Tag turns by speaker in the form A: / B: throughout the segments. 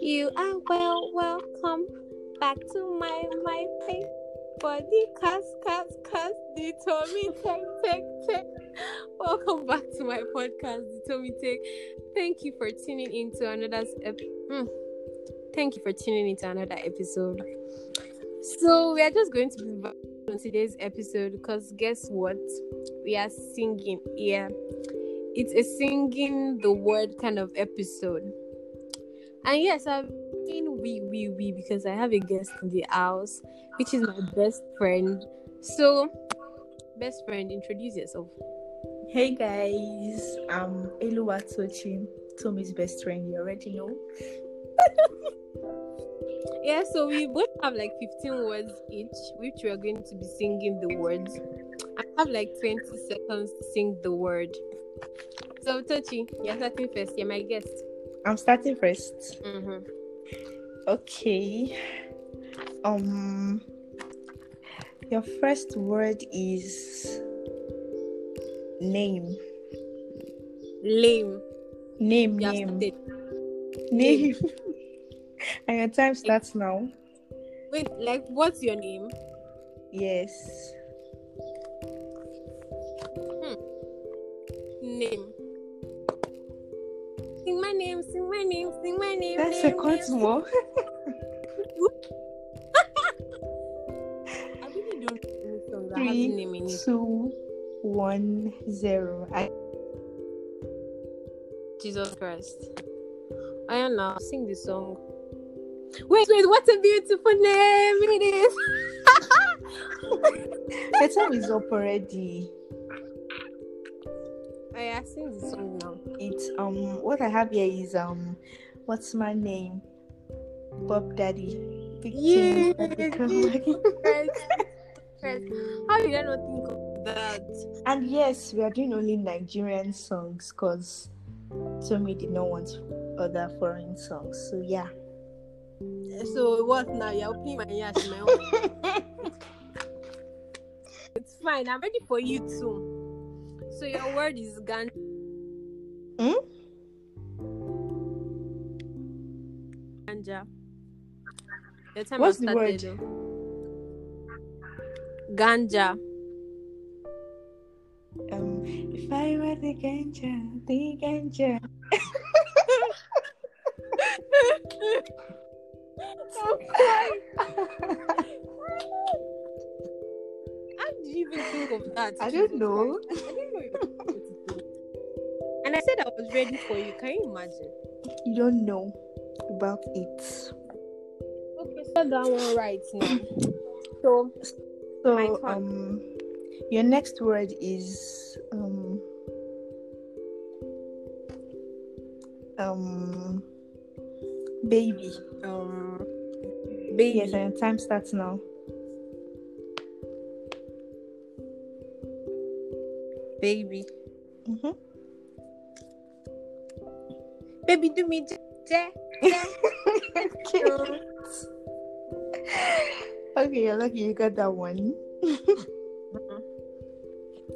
A: You are well welcome back to my my pay body cast cast cast determine take take take. Welcome back to my podcast determine take. Thank you for tuning into another ep- mm. Thank you for tuning into another episode. So we are just going to be back on today's episode because guess what? We are singing. Yeah, it's a singing the word kind of episode. And yes, I'm saying we, we, we because I have a guest in the house, which is my best friend. So, best friend, introduce yourself.
B: Hey guys, I'm Eluwa Tochi, Tommy's best friend. You already know.
A: Yeah, so we both have like 15 words each, which we are going to be singing the words. I have like 20 seconds to sing the word. So, Tochi, you're starting first. You're my guest.
B: I'm starting first.
A: Mm-hmm.
B: Okay. Um, your first word is name.
A: Lame.
B: Name.
A: You have
B: name.
A: started.
B: Name. and your time starts now.
A: Wait, like, what's your name?
B: Yes.
A: Name. Sing my name, sing my name, sing my name.
B: That's
A: name,
B: seconds
A: name.
B: more.
A: I really don't know any songs that have
B: Three,
A: name in it.
B: Two, one, zero. I
A: Jesus Christ. I don't know. Sing the song. Wait, wait, what a beautiful name it is.
B: the time is up already.
A: I Oh, yeah, sing the song now.
B: It's um what I have here is um what's my name? Bob Daddy. Big
A: Yeah,
B: King of the
A: yeah.
B: Cadillac.
A: Christ. Christ. How did I not think of that?
B: and yes, we are doing only Nigerian songs because Tommy did not want other foreign songs. So yeah.
A: So what now? You're opening my ears, my own. It's fine. I'm ready for you too. So your word is Gan.
B: Hmm?
A: Ganja. Your time
B: What's
A: has
B: the word?
A: started, oh. Ganja.
B: Um if I were the ganja, the ganja.
A: How did you even think of that?
B: I don't know.
A: I didn't know you were going to do it. And I said I was ready for you. Can you imagine?
B: You don't know about it.
A: Okay, so that one right now. So My
B: So
A: turn.
B: um your next word is um um baby.
A: um baby
B: Yes, and your time starts now.
A: baby.
B: hmm
A: Baby do me j- j-
B: okay. okay, you're lucky you got that one.
A: Mm-hmm.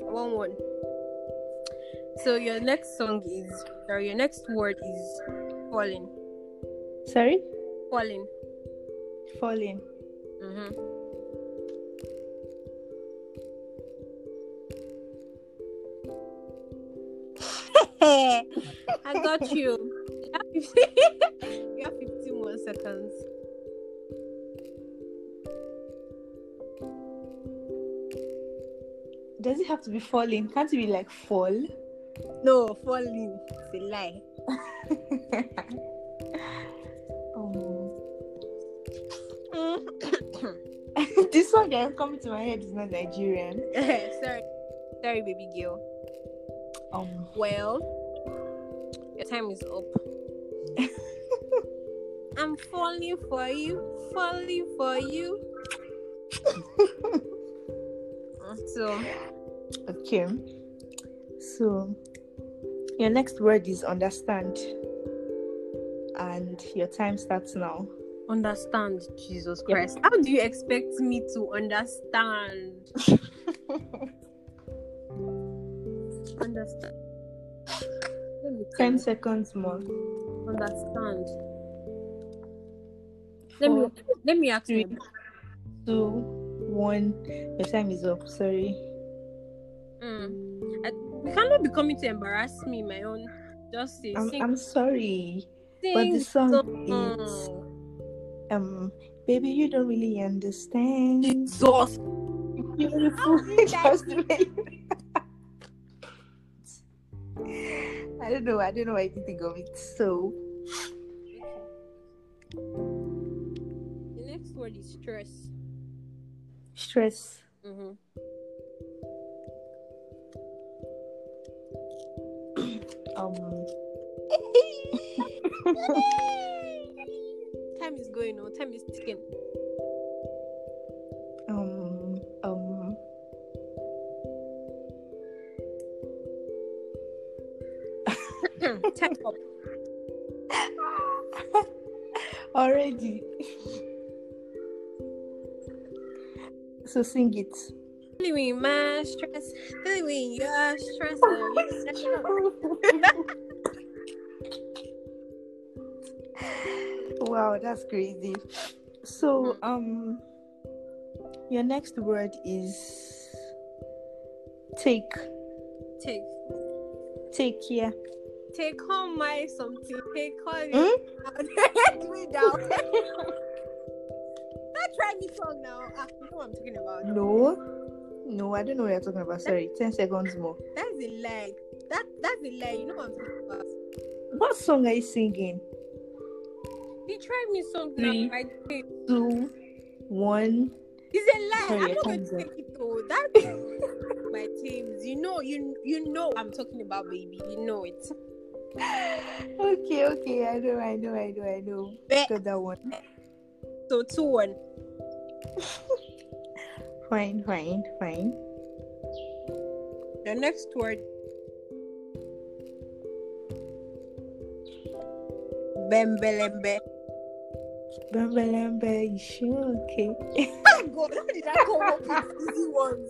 A: one one. So your next song is or your next word is falling.
B: Sorry?
A: Falling.
B: Falling.
A: Mm-hmm. I got you. You have 15 you have 15 more seconds.
B: Does it have to be falling? Can't it be like fall?
A: No, falling. It's a lie.
B: um,
A: Mm.
B: this one that coming to my head is not Nigerian.
A: Sorry. Sorry, baby girl.
B: Um,
A: Well, your time is up. I'm falling for you, falling for you. so,
B: okay. So, your next word is understand, and your time starts now.
A: understand, Jesus Christ. How do you expect me to understand?
B: Ten seconds more.
A: understand. Let me
B: Four,
A: let me ask
B: three.
A: him.
B: Two, one. Your time is up. Sorry.
A: Mm. I, you cannot be coming to embarrass me, my own. Just say,
B: I'm,
A: sing,
B: I'm sorry.
A: sing
B: But the song
A: song.
B: is um, baby, you don't really understand.
A: Jesus.
B: Beautiful. Just the way- I don't know. I don't know. I didn't think of it. So
A: The next word is stress.
B: stress.
A: Mm-hmm.
B: Um,
A: Time is going on. Time is ticking.
B: um, um.
A: Hmm, time up.
B: Already. so sing it.
A: Feeling my stress. Feeling your stress. uh,
B: wow, that's crazy. So, um, your next word is take.
A: Take
B: Take, yeah.
A: take home my something. Take home.
B: Hmm?
A: Do it down. That try me song now. Ah, you know what I'm talking about.
B: No, no, I don't know what you're talking about. Sorry, 10 seconds more.
A: That's a lie. That that's a lie. You know what I'm talking about.
B: What song are you singing?
A: They tried me song now.
B: Three.
A: I did.
B: Two, one.
A: It's a lie.
B: Sorry,
A: I'm
B: I
A: not going
B: can't
A: to
B: go.
A: take it though. That my teams. You know, you you know what I'm talking about, baby. You know it.
B: Okay, okay, I know, I know, I know, I know.
A: Bet.
B: Got that one.
A: So two one.
B: Fine, fine, fine.
A: The next word. Bembelembe.
B: Bamba Lamba, you sure? Okay.
A: God, how did I come up with easy ones?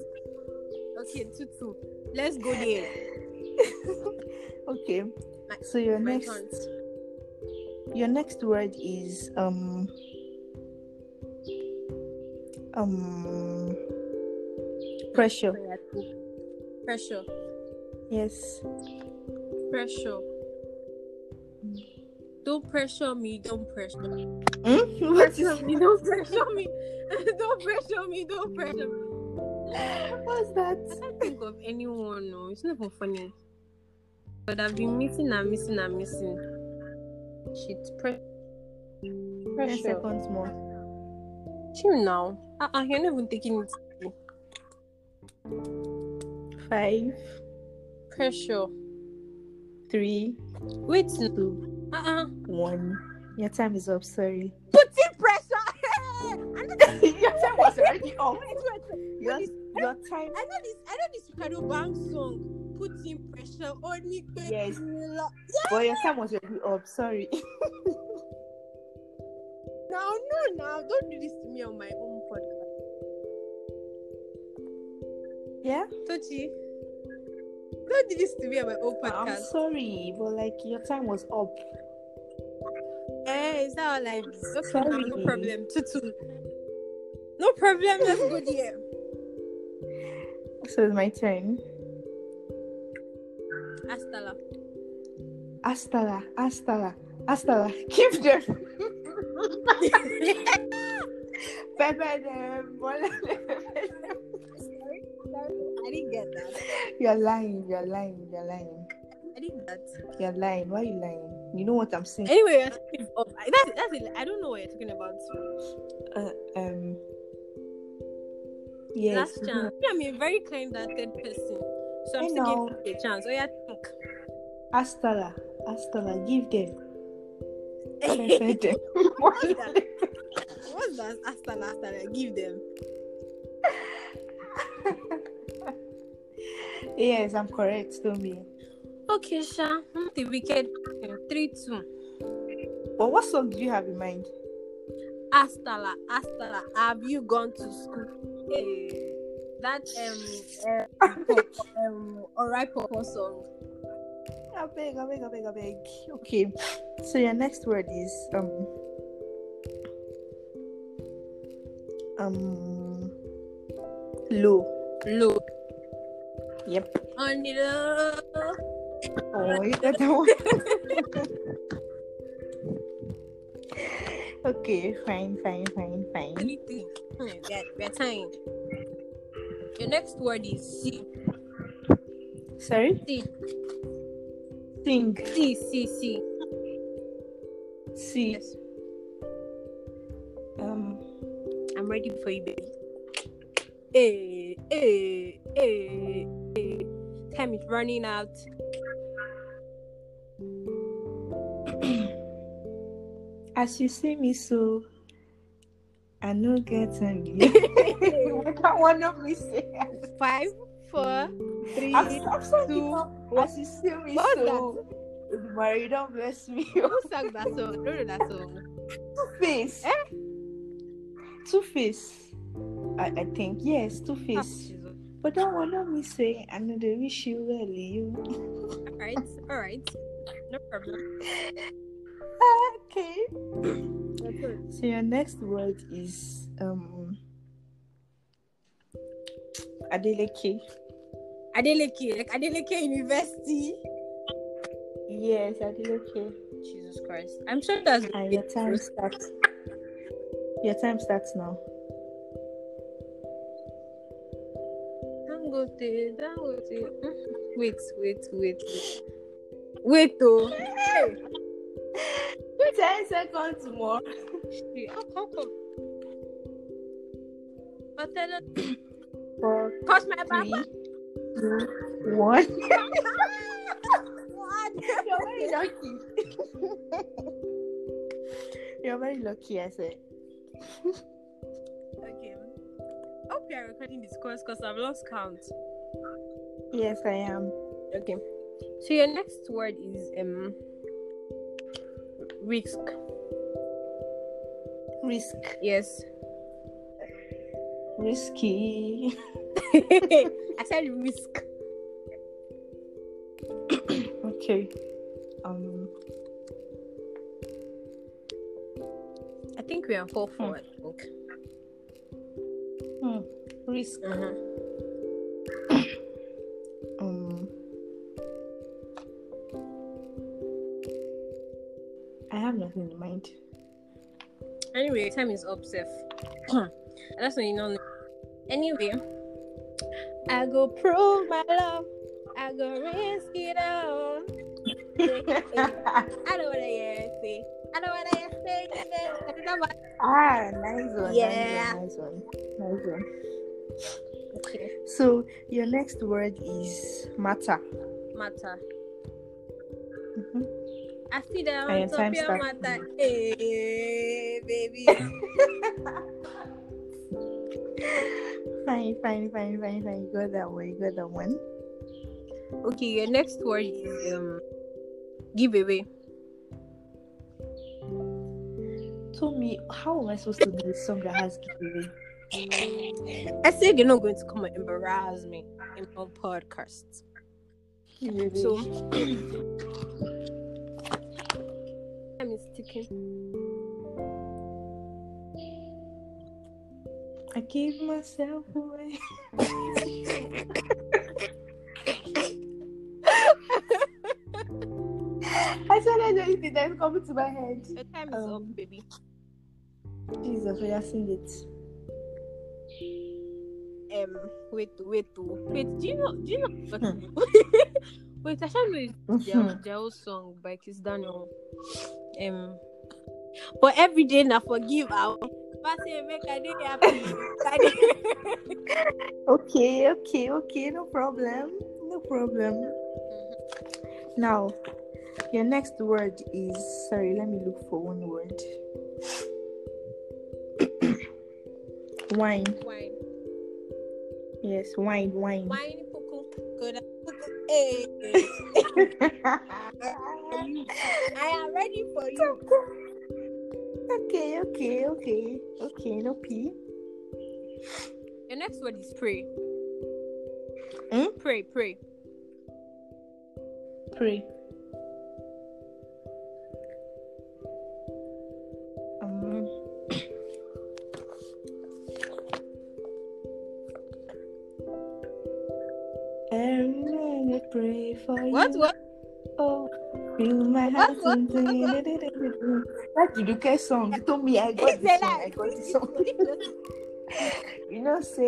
A: Okay, two two. Let's go there.
B: Okay.
A: My-
B: So your
A: My
B: next
A: turn.
B: your next word is um um pressure.
A: Pressure.
B: Yes.
A: Pressure. Don't pressure me. Don't pressure me.
B: Hmm? What
A: pressure
B: is,
A: me. Don't pressure me. don't pressure me. Don't pressure me.
B: what's
A: I
B: that?
A: can't think of anyone. No, it's not even funny. But I've been missing and missing and missing. Shit, pre-
B: Ten
A: pressure.
B: seconds more.
A: Chill now. Uh, uh, you're not even taking it. easy.
B: Five,
A: Pressure.
B: three,
A: Wait. n-
B: two,
A: Uh uh.
B: one. Your time is up, sorry.
A: Put in pressure.
B: your time was already up. Your,
A: Yes.
B: your time
A: I know this. I know this Ricardo Bang song. Putting pressure on me.
B: Yes. but your time was already up, sorry.
A: Now, no, now, don't do this to me on my own podcast.
B: Yeah?
A: Tochi, don't do this to me on my own
B: I'm
A: podcast.
B: sorry, but like your time was up.
A: Eh, is that all I do? Okay, now, no
B: Sorry.
A: problem. Tutu. No problem, let's go there.
B: So it's my turn.
A: Astala.
B: Astala, Astala, Astala. Keep them. Pepper them. Bola them.
A: Sorry, sorry, I didn't get that.
B: You're lying, you're lying, you're lying.
A: I didn't get that.
B: You're lying. Why are you lying? You know what I'm saying?
A: Anyway, your time is up. I- That's, that's it. I don't know what you're talking about.
B: Uh, um. Yes.
A: Last chance. Me, I'm a very kind-hearted person. So
B: I
A: I'm still
B: know.
A: giving you a chance. Oh, yeah, think.
B: Astala, Astala. Give them. Pepper them. Bola them.
A: What's that? Astala, Astala. Give them.
B: Yes, I'm correct. Don't be.
A: Okay, Sha. I'm the wicked. person. Three, two.
B: But what song do you have in mind?
A: Astala, Astala. Have you gone to school? Eh, Hey, eh, that um, uh, um, alright, Popo song.
B: I beg, I beg, I beg, I beg. Okay. So your next word is um um low.
A: Low.
B: Yep.
A: On the low.
B: Oh, you got that one. okay, fine, fine, fine, fine.
A: Anything. Hmm, we're, we're time. Your next word is C.
B: Sorry.
A: C.
B: Think.
A: C. C. C.
B: See.
A: Yes.
B: Um.
A: I'm ready for you, baby. Hey, hey, hey, hey. eh, Time is running out.
B: As you see me so, I no get angry. that one of me say.
A: Five, four, three.
B: I'm, I'm sorry.
A: two,
B: people. As you see me
A: What was
B: so, Mary, don't bless me.
A: Who sang that song? Don't know that song.
B: Two Face.
A: Eh?
B: Two Face. I, I think yes, Two Face. But that one of me say, I know they wish you well, eh? you.
A: All right, all right. No problem.
B: okay. So your next word is um Adeleke.
A: Adeleke, Adeleke University.
B: Yes, Adeleke.
A: Jesus Christ. I'm sure that's
B: And your time starts. Your time starts now.
A: Dangote, Dangote. Mm-hmm. Wait, wait, wait, wait. Wait, oh.
B: Ten seconds more.
A: Hey, How how come? But then, uh,
B: Four,
A: Cause my
B: three,
A: baba.
B: two, one.
A: What?
B: You're very lucky. You're very lucky, I said.
A: Okay. Hope you are recording this course because I've lost count.
B: Yes, I am.
A: Okay. So your next word is um risk.
B: Risk.
A: Yes.
B: Risky.
A: I said risk.
B: Okay. Um
A: I think we are four four. I think.
B: hmm, risk.
A: Uh-huh.
B: Um, I have nothing in mind.
A: Anyway, time is up, Seth. That's when you know. Anyway, I go prove my love. I go risk it all. I don't wanna hear it. say. I don't wanna hear it. say. I don't know what-
B: ah, nice one.
A: Yeah.
B: Nice one. Nice one. Nice one.
A: Okay.
B: So your next word is matter.
A: Matter.
B: Mhm.
A: I see that
B: And
A: on
B: your time
A: top of
B: starts.
A: matter. Hey, baby.
B: Fine, fine, fine, fine, fine. You got that one. You got that one.
A: okay, your next word is um giveaway.
B: Tell me, how am I supposed to do a song that has giveaway?
A: I said you're not going to come and embarrass me in my podcast.
B: Giveaway.
A: So time is ticking.
B: I gave myself away. I said I don't think that's coming to my head.
A: Your time is
B: Um,
A: up, baby.
B: Jesus, we are sing it.
A: Um, wait, wait, wait. Do you know? Do you know? wait, I should know it's
B: Mhm.
A: Jail's song by Kiss Daniel. Um, but every day now forgive out. But say make I day happy. I dey-
B: Okay, okay, okay, no problem. No problem. Now, your next word is sorry, let me look for one word. wine.
A: Wine,
B: Yes, wine, wine.
A: wine, puku, good. Hey, I am ready for you.
B: okay, okay, okay. Okay, no pee.
A: The next word is pray.
B: Hmm?
A: Pray, pray.
B: Pray. Um, every night I pray for you.
A: What? What?
B: Oh, fill my heart
A: what,
B: and That Juduke song. You told me I got this song. I got this song. You know, say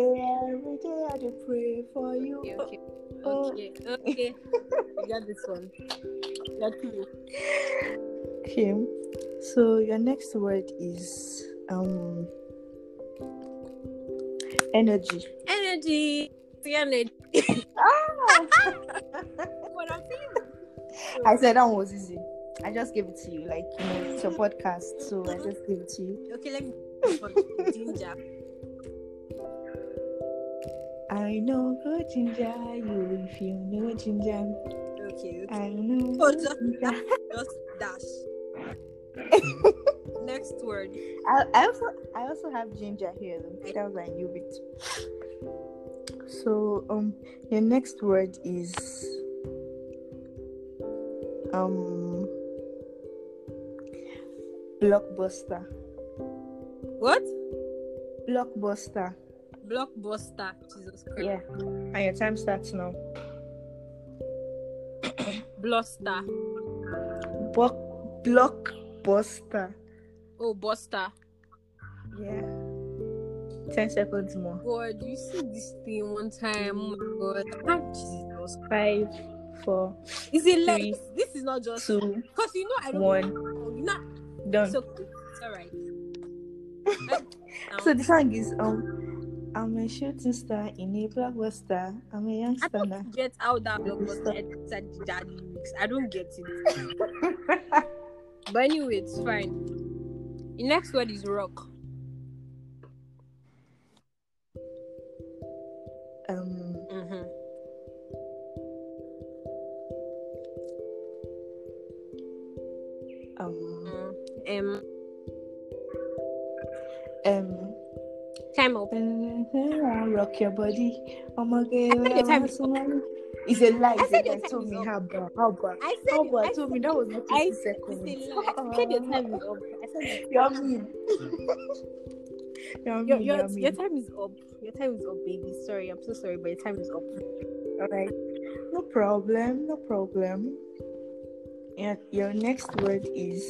B: every day I do pray for you.
A: okay, okay,
B: Oh.
A: okay, okay. you got this one. Got you.
B: Okay. So your next word is um energy.
A: Energy. The energy.
B: Ah!
A: What I'm feeling.
B: I said that one was easy. I just gave it to you, like you know, it's your podcast, so I just gave it to you.
A: Okay, let me. Ginger.
B: I know good ginger, you if you know ginger.
A: Okay, okay.
B: I know.
A: Oh,
B: good
A: just-
B: ginger.
A: Just dash. Next word.
B: I, I also I also have ginger here. though. That was I knew it. So um, your next word is um blockbuster.
A: What?
B: Blockbuster.
A: Blockbuster. Jesus Christ.
B: Yeah. And your time starts now.
A: Bluster.
B: Block blockbuster.
A: Oh, buster.
B: Yeah. Ten seconds more.
A: God, you see this thing one time. Oh my God. Ah, Jesus.
B: Five, four,
A: Is it
B: Three,
A: like this is not just
B: two,
A: because you know I don't
B: one.
A: you know
B: Done.
A: it's okay. It's alright.
B: So the song is um I'm a shooting star in a blockbuster. I'm a
A: I
B: youngster now.
A: don't get how that blog was edited that lyrics. I don't get it. But anyway, it's fine. The next word is rock.
B: um
A: Mm-hmm.
B: um
A: Um,
B: um
A: time up.
B: rock your body. Oh my
A: I said
B: god,
A: your time is
B: It's a lie.
A: I
B: It's
A: said
B: a
A: your
B: lie.
A: time
B: Told
A: is
B: me
A: up.
B: how bad, how bad,
A: I said
B: how
A: your-
B: bad.
A: I
B: Told me
A: said-
B: that was not
A: I
B: twenty
A: said
B: seconds.
A: your time- I said your time is up. I said
B: You're mean. You're
A: your,
B: mean.
A: your,
B: You're
A: your
B: mean.
A: time is up. Your time is up, baby. Sorry, I'm so sorry, but your time is up.
B: All right. No problem. No problem. Your, your next word is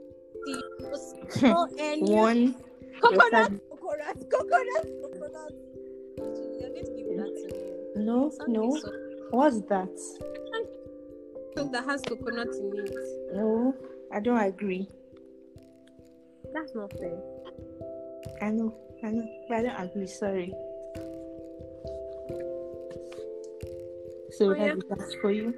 A: C O C O N U T.
B: One.
A: Coconut, coconut, coconut, coconut. You're going to give that to me.
B: No,
A: Something
B: no.
A: so-
B: What's that?
A: something that has coconut in it.
B: No, I don't agree.
A: That's not fair.
B: I know, I know, but I don't agree. Sorry. So
A: Oh,
B: that
A: yeah.
B: is that for you.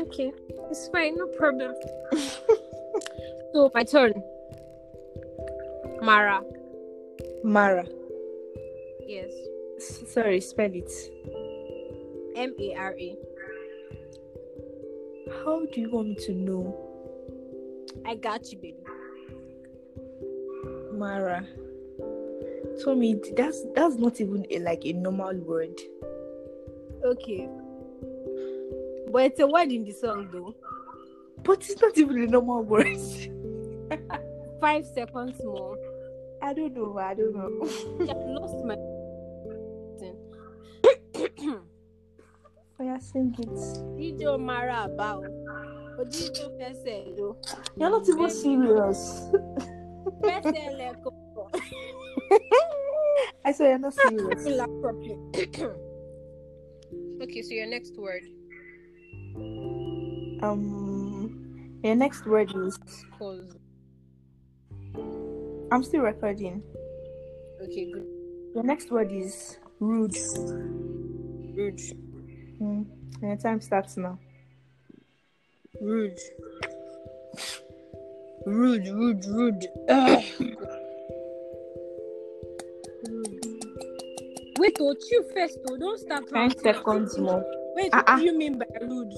A: Okay, it's fine, no problem. so my turn. Mara,
B: Mara.
A: yes,
B: S- sorry, spell it.
A: M A R A.
B: How do you want me to know
A: I got you, baby.
B: Mara? Tell me that's that's not even a, like a normal word.
A: Okay, but it's a word in the song though.
B: But it's not even a normal word.
A: Five seconds more.
B: I don't know. I don't know.
A: I lost my.
B: Oh, yeah, sing it.
A: Dijo Mara bow. Odijo fẹsẹ̀ lo.
B: You're not even serious.
A: Fẹsẹ̀ lẹ kò pọ̀.
B: I said you're not serious.
A: Laugh properly. okay, so your next word.
B: Um, your next word is.
A: Cause
B: I'm still recording.
A: okay, good.
B: Your next word is rude.
A: Rude.
B: Mm. And your time hmm, starts now. Rude. Rude, rude, rude. Ugh.
A: Wait, oh, chew first, oh. Don't start from.
B: Ten seconds more.
A: Wait,
B: Uh-uh.
A: what do you mean by rude?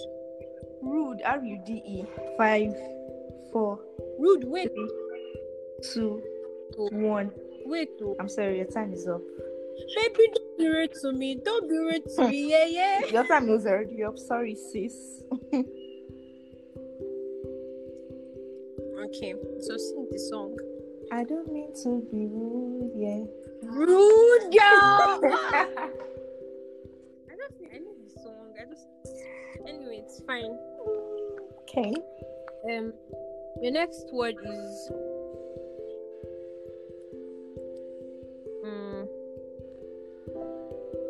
B: Rude, R U D E. Five, four,
A: Rude, wait,
B: two, one.
A: wait, oh.
B: I'm sorry, your time is up.
A: Baby, don't be rude to me. Don't be rude to me. Yeah, yeah.
B: Your time is already up. Sorry, sis.
A: Okay, so sing the song.
B: I don't mean to be rude, yeah.
A: Rude girl. I don't think I know the song. I just anyway, it's fine.
B: okay.
A: Um, your next word is. Mm.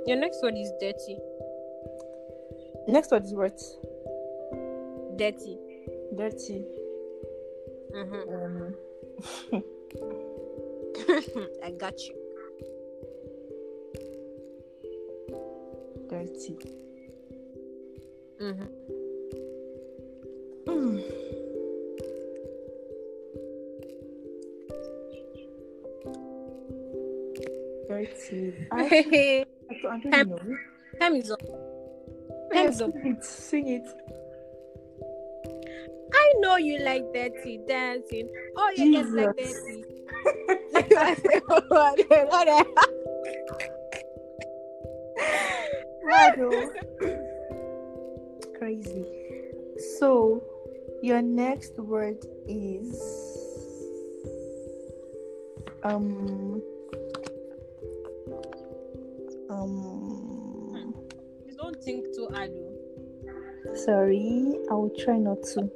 A: Your next word is dirty.
B: Next word is what?
A: Dirty.
B: Dirty.
A: Mm-hmm.
B: Um,
A: I got you.
B: dirty.
A: Mm-hmm.
B: Mm. Dirty. I, I don't I don't know.
A: Time is up.
B: Yeah,
A: Time's up.
B: sing it. Sing it.
A: I know you like dirty dancing. Oh, you guys like
B: Jesus.
A: dirty.
B: Righto. Crazy. So, your next word is um um.
A: Please don't think too hard. oh.
B: Sorry, I will try not to.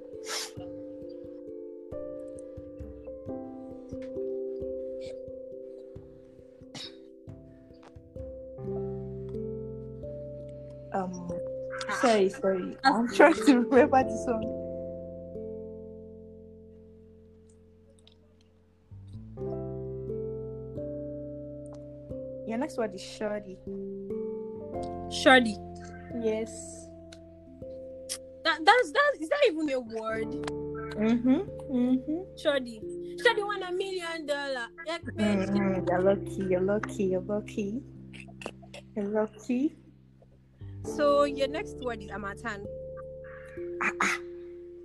B: Um, sorry, sorry. I'm trying to remember the song. Your next word is shoddy.
A: Surely.
B: Yes.
A: That, that's that is that even a word?
B: Mhm. Mhm.
A: Shoddy. Shoddy won a million dollar. Like, bitch,
B: Mm, you're lucky, you're lucky, you're lucky. You're lucky.
A: So your next word is amatan.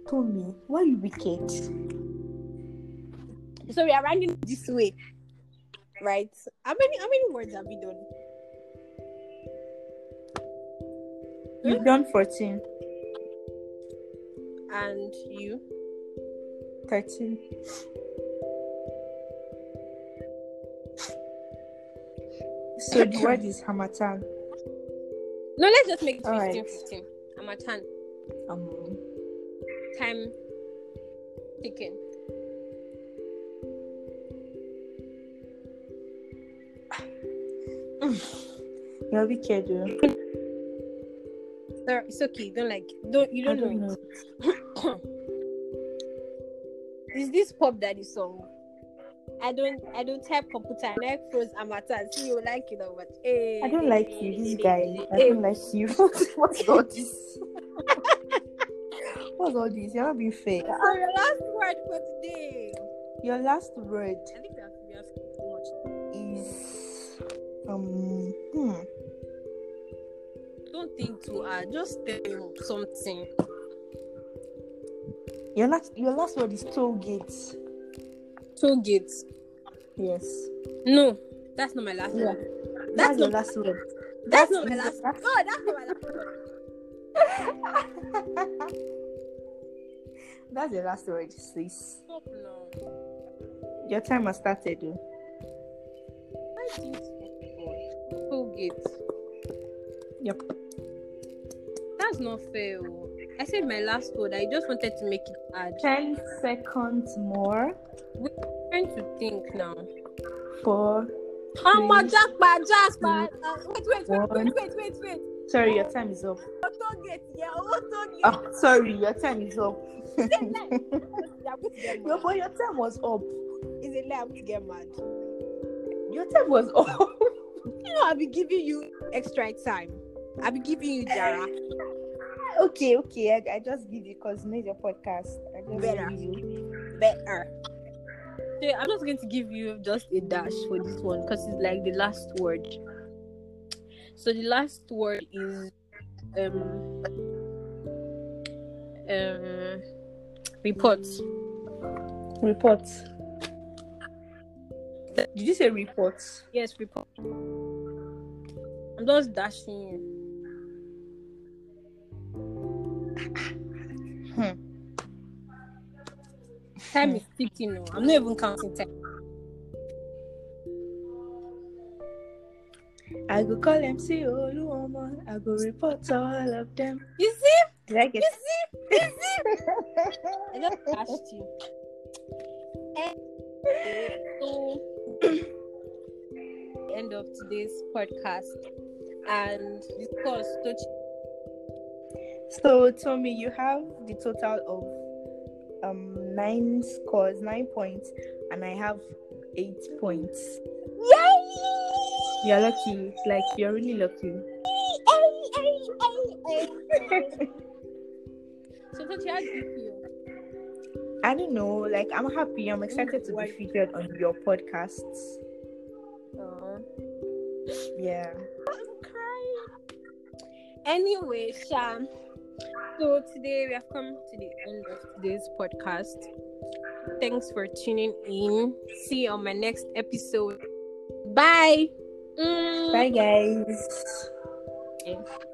B: Tommy, why you wicked?
A: So we are running this way, right? How many how many words have we done?
B: You've done 14,
A: And you?
B: 13. So the word is Hamatan.
A: No, let's just make it 15,
B: All right.
A: 15. Amatan.
B: Um,
A: Time ticking.
B: you're wicked. oh.
A: Sorry, it's okay. Don't like don't you
B: I
A: don't,
B: don't
A: know.
B: know.
A: it. Is this pop daddy song? I don't I don't type computer. I like froze amatan. See you like it or what? Eh, Hey,
B: I don't like you, this guy. I
A: Hey.
B: don't like you. What's all this? What's all this? You're not being fair.
A: So your last word for today.
B: Your last word
A: I think we have, we have too much.
B: is um hmm.
A: Don't think too hard. Just tell him something.
B: Your last your last word is toll gate.
A: Two gates.
B: Yes.
A: No, that's not my last
B: Yeah.
A: word.
B: That's,
A: That's
B: your
A: not-
B: last word.
A: That's, not my last.
B: that's-
A: No, that's not my last.
B: That's your last word, sis.
A: Stop now.
B: Your time has started. oh.
A: Why do you Two gates.
B: Yep.
A: That's not fair. oh. I said my last word. I just wanted to make it hard.
B: Ten seconds more.
A: trying to think now.
B: Four.
A: Oh my
B: Three,
A: jackpot, jackpot. Uh, wait, wait, wait,
B: one.
A: wait, wait, wait, wait.
B: Sorry, your time is up.
A: Auto gate, yeah, auto gate.
B: Oh, sorry, your time is up.
A: It's a lie. I'm going to get
B: No,
A: mad.
B: but your time was up.
A: It's a lie. I'm going to get mad.
B: Your time was up.
A: You know, I'll be giving you extra time. I'll be giving you Jara.
B: Okay, okay. I, I just give you because you know it's your podcast. I just
A: Better.
B: give you.
A: Better. So I'm just going to give you just a dash for this one because it's like the last word. So the last word is um um report.
B: Reports. Did you say reports?
A: Yes, report. I'm just dashing.
B: Hmm.
A: Time is ticking. now. I'm not even counting time.
B: I go call MC Oluomo. I go report to all of them.
A: You see?
B: Did I get
A: You see? I just dashed you. So, the end of today's podcast and discuss touch
B: So Tommy, you have the total of um nine scores, nine points, and I have eight points. You're lucky. Like you're really lucky.
A: So Tochi, how do you
B: I don't know. Like I'm happy. I'm excited to
A: Why?
B: be featured on your podcasts.
A: feel? Uh,
B: Yeah.
A: anyway, Sham. So today we have come to the end of today's podcast. Thanks for tuning in. See you on my next episode. Bye. Mm.
B: Bye guys.
A: Bye.